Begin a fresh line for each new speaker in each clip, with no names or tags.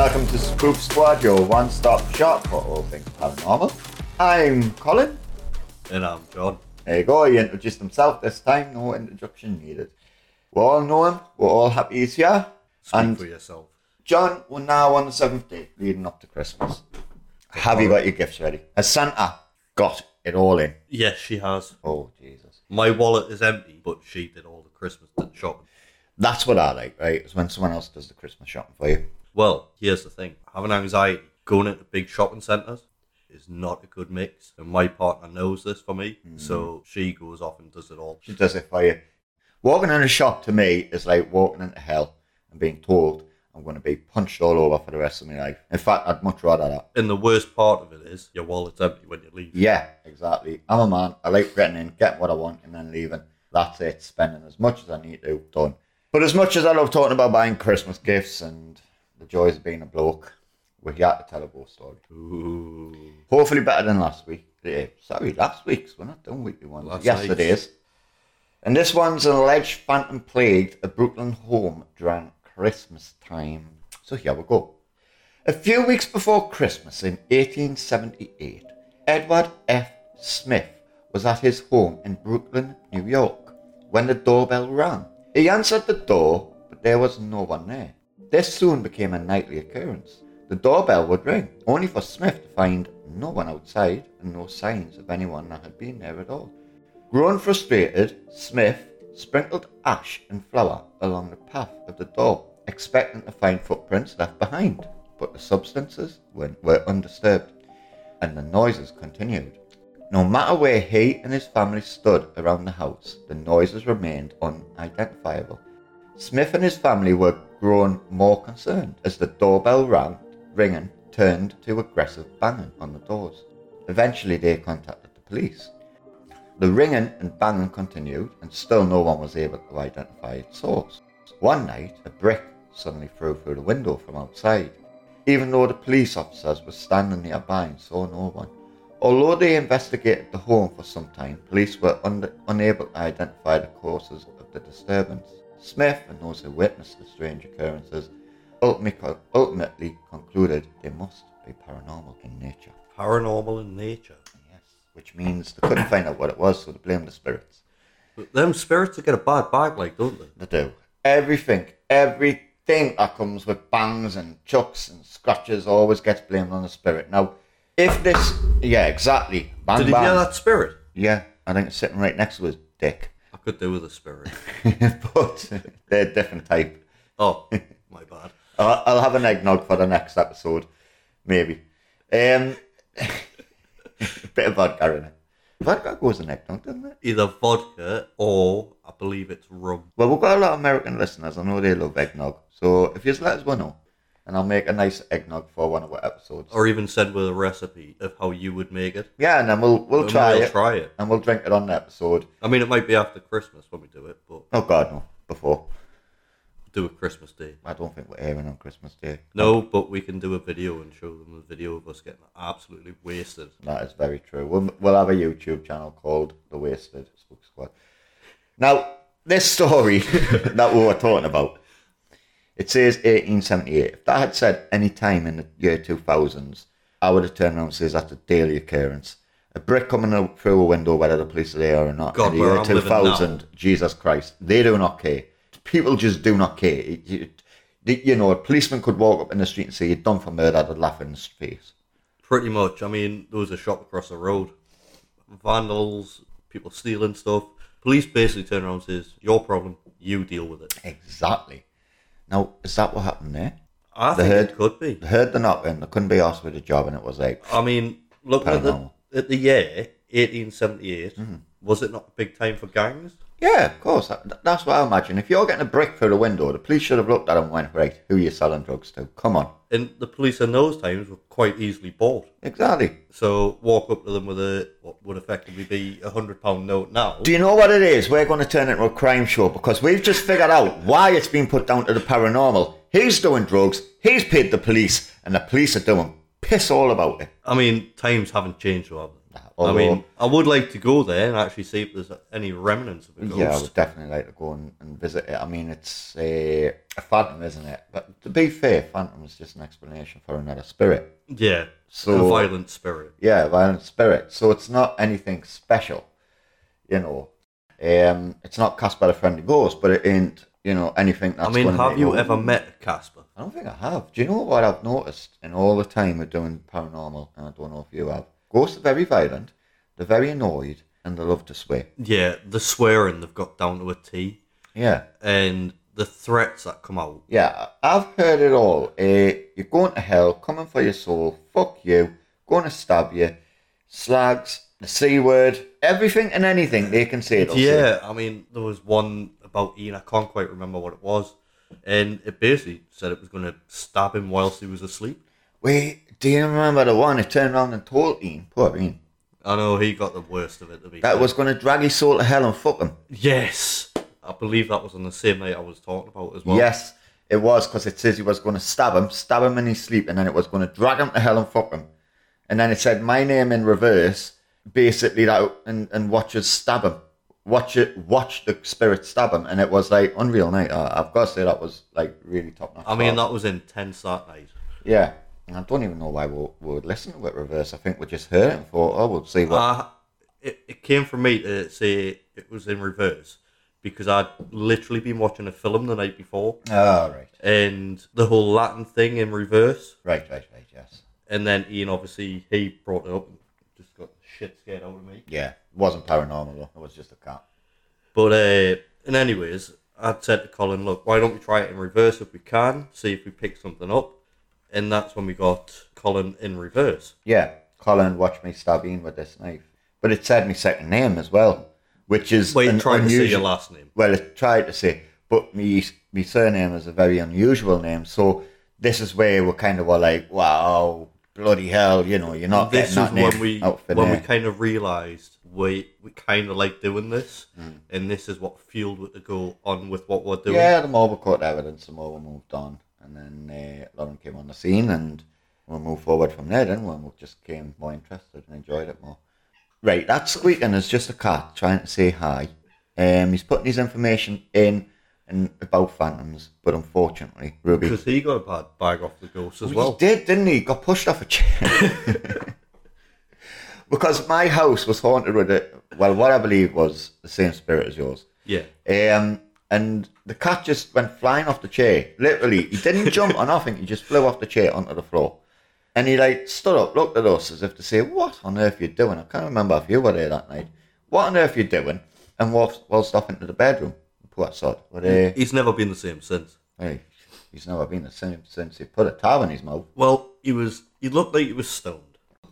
Spook Squad, your one stop shop for all things paranormal. I'm Colin.
And um, I'm John.
There you go, he introduced himself this time, no introduction needed. We all know him, we're all happy he's here.
Speak
And-
for yourself.
John, we're now on the seventh day leading up to Christmas. Have you got your gifts ready? Has Santa got it all in?
Yes, she has.
Oh, Jesus.
My wallet is empty, but she did all the Christmas shopping.
That's what I like, right? Is when someone else does the Christmas shopping for you.
Well, here's the thing having anxiety, going into big shopping centres is not a good mix. And my partner knows this for me, so she goes off and does it all.
She does it for you. Walking in a shop to me is like walking into hell and being told I'm going to be punched all over for the rest of my life. In fact, I'd much rather that.
And the worst part of it is your wallet's empty when you leave.
Yeah, exactly. I'm a man. I like getting in, getting what I want, and then leaving. That's it. Spending as much as I need to. Done. But as much as I love talking about buying Christmas gifts and the joys of being a bloke, we're here to tell a ghost story.
Ooh.
Hopefully better than last week. Yeah, sorry, last week's. We're not doing weekly ones.
Last
yes, it
night's.
is. And this one's an alleged phantom plagued a Brooklyn home during Christmas time. So here we go. A few weeks before Christmas in 1878, Edward F. Smith was at his home in Brooklyn, New York, when the doorbell rang. He answered the door, but there was no one there. This soon became a nightly occurrence. The doorbell would ring, only for Smith to find no one outside and no signs of anyone that had been there at all. Grown frustrated, Smith sprinkled ash and flour along the path of the door, expecting to find footprints left behind. But the substances were, were undisturbed, and the noises continued. No matter where he and his family stood around the house, the noises remained unidentifiable. Smith and his family were grown more concerned as the doorbell rang, ringing turned to aggressive banging on the doors. Eventually, they contacted the police. The ringing and banging continued, and still no one was able to identify its source. One night, a brick suddenly flew through the window from outside. Even though the police officers were standing nearby and saw no one, although they investigated the home for some time, police were un- unable to identify the causes of the disturbance. Smith and those who witnessed the strange occurrences ultimately, ultimately concluded they must be paranormal in nature.
Paranormal in nature.
Yes, which means they couldn't find out what it was, so they blamed the spirits.
But them spirits get a bad bag, like, don't they?
They do. Everything, everything that comes with bangs and chucks and scratches always gets blamed on the spirit. Now, if this, yeah, exactly. Bang,
Did you
bang.
hear that spirit?
Yeah, I think it's sitting right next to his dick.
I could do with a spirit.
but they're a different type.
Oh, my bad.
I'll, I'll have an eggnog for the next episode, maybe. Um, bit of vodka in it. Vodka goes in eggnog, doesn't it?
Either vodka or I believe it's rum.
Well, we've got a lot of American listeners. I know they love eggnog. So if you just let us one know, and I'll make a nice eggnog for one of our episodes.
Or even send with a recipe of how you would make it.
Yeah, and then we'll we'll
And
try
we'll
it,
try it.
and we'll drink it on the episode.
I mean, it might be after Christmas when we do it, but
Oh God, no! Before
do it Christmas Day.
I don't think we're airing on Christmas Day.
No, but we can do a video and show them the video of us getting absolutely wasted.
That is very true. We'll we'll have a YouTube channel called The Wasted Spook Squad. Now this story that we were talking about, it says 1878. If that had said any time in the year 2000s, I would have turned around and says that's a daily occurrence. A brick coming out through a window, whether the police are there or not.
God,
in the
where
year
I'm living
2000, Jesus Christ, they do not care. People just do not care. You- You, you know, a policeman could walk up in the street and say, You're done for murder, they'd laugh in his face.
Pretty much. I mean, there was a shop across the road. Vandals, people stealing stuff. Police basically turn around and says, your problem, you deal with it.
Exactly. Now, is that what happened there?
I
The
think
head-
it could be.
They heard the knock and they couldn't be asked for the job, and it was like,
I mean, look at the,
Paranormal. Mm.
at the year 1878. Was it not a big time for gangs?
yeah, of course. That, that's what I imagine. If you're getting a brick through the window, the police should have looked at it and went, right, who are you selling drugs to? Come on.
And the police in those times were quite easily bought.
Exactly.
So walk up to them with a what would effectively be a hundred pound note now.
Do you know what it is? We're going to turn it into a crime show because we've just figured out why it's been put down to the paranormal. He's doing drugs, he's paid the police, and the police are doing piss all about it.
I mean, times haven't changed, so have they?
Nah,
I mean,
although-
I would like to go there and actually see if there's any remnants of a ghost.
yeah, I would definitely like to go and, and visit it. I mean, it's a, a phantom, isn't it? But to be fair, phantom is just an explanation for another spirit.
Yeah,
So-
a violent spirit.
Yeah, violent spirit. So it's not anything special, you know. Um, it's not cast by the friendly ghost, but it ain't, you know, anything that's.
I mean,
gonna
have
make
you
no-
ever met Casper?
I don't think I have. Do you know what I've noticed in all the time of doing paranormal, and I don't know if you have? Ghosts are very violent, they're very annoyed, and they love to swear.
Yeah, the swearing they've got down to a T,
Yeah.
and the threats that come out.
Yeah, I've heard it all. Eh, you're going to hell, coming for your soul, fuck you, going to stab you, slags, the C word, everything and anything they can say. they'll say.
Yeah, I mean, there was one about Ian. I can't quite remember what it was, and it basically said it was going to stab him whilst he was asleep.
Wait, do you remember the one who turned around and told Ian, poor Ian,
I know he got the worst of it. To be
that
fair.
was going to drag his soul to hell and fuck him?
yes. I believe that was on the same night I was talking about as well.
Yes, it was because it says he was going to stab him, stab him in his sleep, and then it was going to drag him to hell and fuck him. And then it said my name in reverse, basically that, and and watch us stab him, watch it, watch the spirit stab him, and it was like unreal night. Uh, I've got to say that was like really top notch.
I mean
stuff.
that was intense that night.
yeah. And I don't even know why we we would listen to it reverse. I think we just heard it and thought, oh, we'll see what.
I, Uh, it, it came from me to say it was in reverse because I'd literally been watching a film the night before
oh, right,
and the whole Latin thing in reverse.
right, right, right. Yes.
And then Ian, obviously, he brought it up and just got the shit scared out of me.
Yeah. It wasn't paranormal though. It was just a cat.
But, uh, and anyways, I'd said to Colin, look, why don't we try it in reverse if we can, see if we pick something up. And that's when we got Colin in reverse.
Yeah, Colin watched me stab Ian with this knife. But it said my second name as well, which is
Well, you
an
trying to say your
unusual.
last name.
well, it tried to say, but me me surname is a very unusual name. So this is where we kind of were like, wow, bloody hell, you know, you're not
this is
getting that
when
name
we
out for
when we
there.
kind of realised we we kind of like doing this, and this is what fueled it to go on with what we're doing.
Mm. Yeah, the more we caught evidence, the more we moved on, and then uh, Lauren came on the scene, and we moved forward from there. Then we just came more interested and enjoyed it more. Right, that squeaking is just a cat trying to say hi. Um, he's putting his information in and about phantoms, but unfortunately, Ruby
Because he got a bad bag off the ghost as
he
well.
did, didn't he? Got pushed off a chair. because my house was haunted with it. Well, what I believe was the same spirit as yours.
Yeah,
Um, and the cat just went flying off the chair. Literally, he didn't jump or nothing. He just flew off the chair onto the floor. And he like stood up, looked at us as if to say, "What on earth you doing?" I can't remember if you were there that night. What on earth you doing? And waltzed, waltzed off into the bedroom. Poor sod. But uh,
he's never been the same since.
hey, he's never been the same since he put a tab in his mouth.
Well, he was. He looked like he was stoned.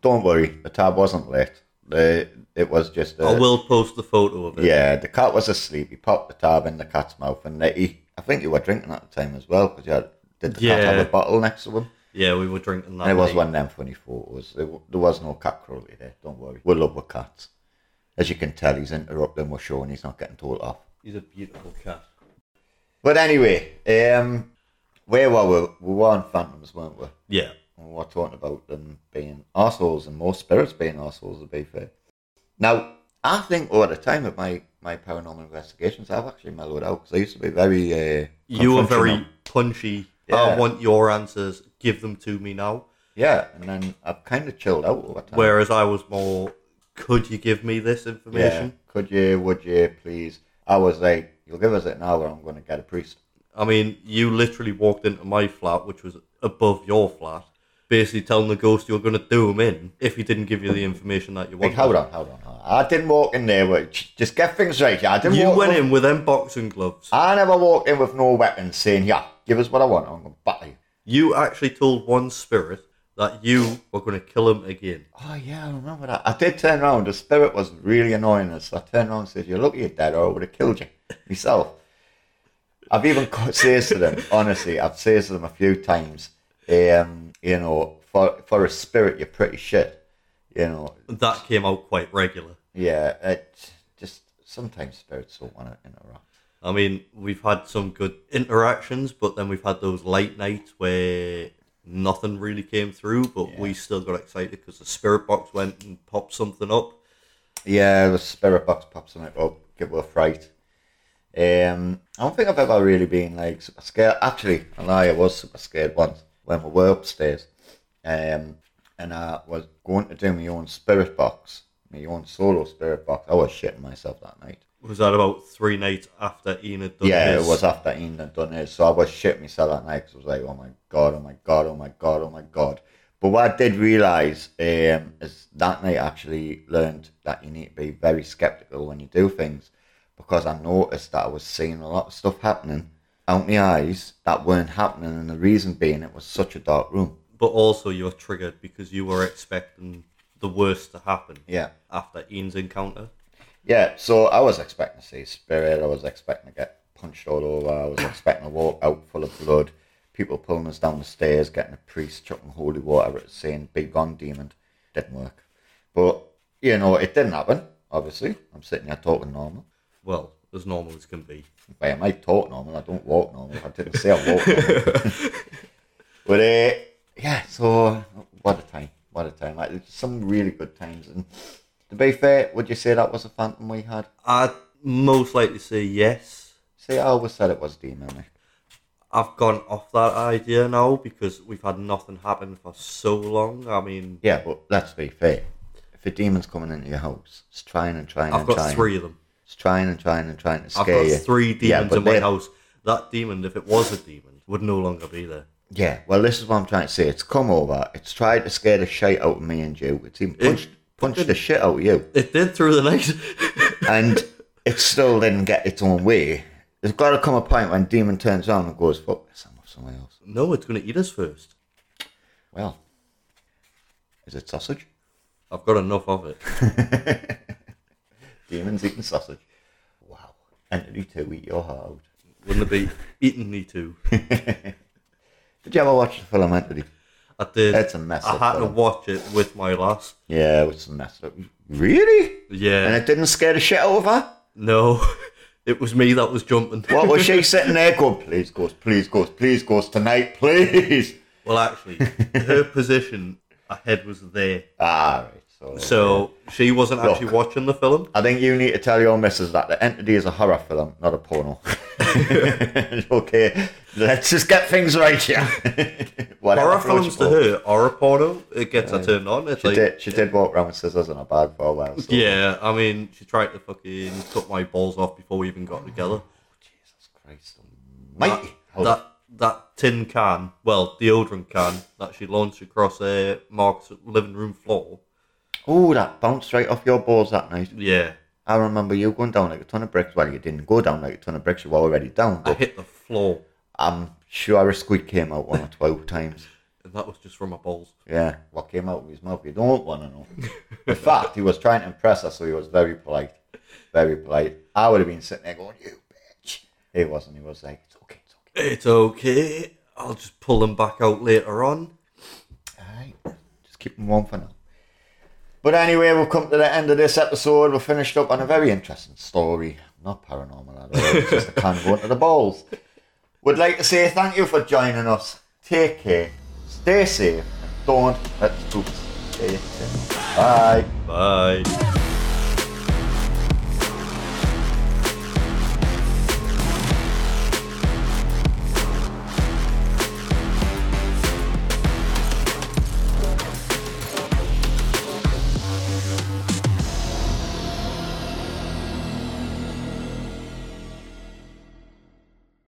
Don't worry, the tab wasn't lit. The it was just. A,
I will post the photo of it.
Yeah, the cat was asleep. He popped the tab in the cat's mouth, and he, I think you were drinking at the time as well, because you had, did the cat have
Yeah.
a bottle next to him?
Yeah, we were drinking that.
And it was
night.
one of them funny photos. There w- there was no cat cruelty there. Don't worry, we're love with cats. As you can tell, he's interrupting. We're showing he's not getting told off.
He's a beautiful cat.
But anyway, um, where were we? We were on phantoms, weren't we?
Yeah,
And we were talking about them being arseholes and more spirits being arseholes, to be fair. Now, I think over the time of my, my paranormal investigations, I've actually mellowed out because I used to be very. Uh,
you were
confrontational.
very punchy.
Yeah.
I want your answers. Give them to me now.
Yeah, and then I've kind of chilled out over time.
Whereas I was more. Could you give me this
yeah.
information?
Could you, would you, please? I was like, you'll give us it an hour, I'm going to get a priest.
I mean, you literally walked into my flat, which was above your flat, basically telling the ghost you were going to do him in if he didn't give you the information that you
Like,
wanted.
hold on, hold on. hold on. I didn't walk in there, with, just get things right. Yeah, I didn't
You
walk
went
with-
in with them boxing gloves.
I never walked in with no weapons saying, yeah, give us what I want, I'm going to battle you.
You actually told one spirit that you were going to kill him again.
Oh yeah, I remember that. I did turn around. The spirit was really annoying us. I turned around and said, "You're lucky you're dead, or I would have killed you myself." I've even got says to them. Honestly, I've says to them a few times. Um, you know, for for a spirit, you're pretty shit. You know,
That came out quite regular.
yeah. It just sometimes spirits don't want to interrupt.
I mean, we've had some good interactions, but then we've had those late nights where nothing really came through, but we still got excited because the spirit box went and popped something up.
Yeah, the spirit box pops in it up, give it a fright. Um, I don't think I've ever really been like super scared. Actually, I lie, I was super scared once when we were upstairs, um, and I was going to do my own spirit box, my own solo spirit box. I was shitting myself that night.
Was that about three nights after Ian had done
yeah,
his?
it was after Ian had done it, so I was shitting myself that night 'cause I was like, oh my god, oh my god, oh my god, oh my god. But what I did realise um, is that night I actually learned that you need to be very sceptical when you do things because I noticed that I was seeing a lot of stuff happening out my eyes that weren't happening, and the reason being it was such a dark room.
But also, you were triggered because you were expecting the worst to happen
Yeah.
after Ian's encounter.
Yeah, so I was expecting to see spirit. I was expecting to get punched all over. I was expecting to walk out full of blood. People pulling us down the stairs, getting a priest chucking holy water at us, saying, Be gone, demon. Didn't work. But, you know, it didn't happen, obviously. I'm sitting here talking normal.
Well, as normal as can be.
Wait, I might talk normal. I don't walk normal. I didn't say I walk normal. but, uh, yeah, so what a time. What a time. Like, some really good times. And to be fair, would you say that was a phantom we had?
I'd most likely say yes.
See, I always said it was demonic.
I've gone off that idea now because we've had nothing happen for so long. I mean,
Yeah, but let's be fair. If a demon's coming into your house, it's trying and trying
I've
and
got
trying.
three of them.
It's trying and trying and trying to
I've
scare
got
you.
three
Yeah,
demons
but
in my
they-
house. That demon, if it was a demon, would no longer be there.
Yeah, well, this is what I'm trying to say. It's come over. It's tried to scare the shit out of me and you. It's even punched, punched the shit out of you.
It did through the night.
and it still didn't get its own way. There's got to come a point when demon turns on and goes, fuck this, I'm off somewhere else.
no, it's going to eat us first.
Well, is it sausage?
I've got enough of it.
Demons eating sausage. Wow. Entity 2, eat your heart out.
Wouldn't it be eating me too?
Did you ever watch the film Entity
I did.
It's a mess
I
up,
had to
though.
watch it with my lass.
Yeah, with some mess up. Really? And
Yeah.
it didn't scare the shit out of her?
no, it was me that was jumping.
What was she sitting there going, please ghost, please ghost, please ghost tonight, please?
well, actually, her position, her head was there.
Ah, right. So,
So she wasn't actually
Look.
watching the film.
I think you need to tell your missus that the entity is a horror film, not a porno. okay, let's just get things right here. Whatever
Horror
floats
films to
your boat.
her are a porno. It gets her turned on. It's
She
like,
did, she did walk around with scissors in her bag for a while. So.
yeah, I mean, she tried to fucking cut my balls off before we even got together.
Jesus Christ almighty. Hold on.
That that tin can, well, deodorant can that she launched across uh, Mark's living room floor.
Oh, that bounced right off your balls that night.
Yeah,
I remember you going down like a ton of bricks. Well, you didn't go down like a ton of bricks. You were already down.
I
But
hit the floor,
I'm sure a squid came out one or twelve times.
and that was just from my balls.
Yeah, what came out of his mouth, you don't want to know. In fact, he was trying to impress us, so he was very polite. Very polite. I would have been sitting there going, you bitch. He wasn't. He was like, it's okay, it's okay.
It's okay. I'll just pull them back out later on.
All right. Just keep him warm for now. But anyway, we've come to the end of this episode. We've finished up on a very interesting story. Not paranormal at all. It's just a can going to the balls. Would like to say thank you for joining us. Take care. Stay safe. And don't let spooks stay safe. Bye.
Bye.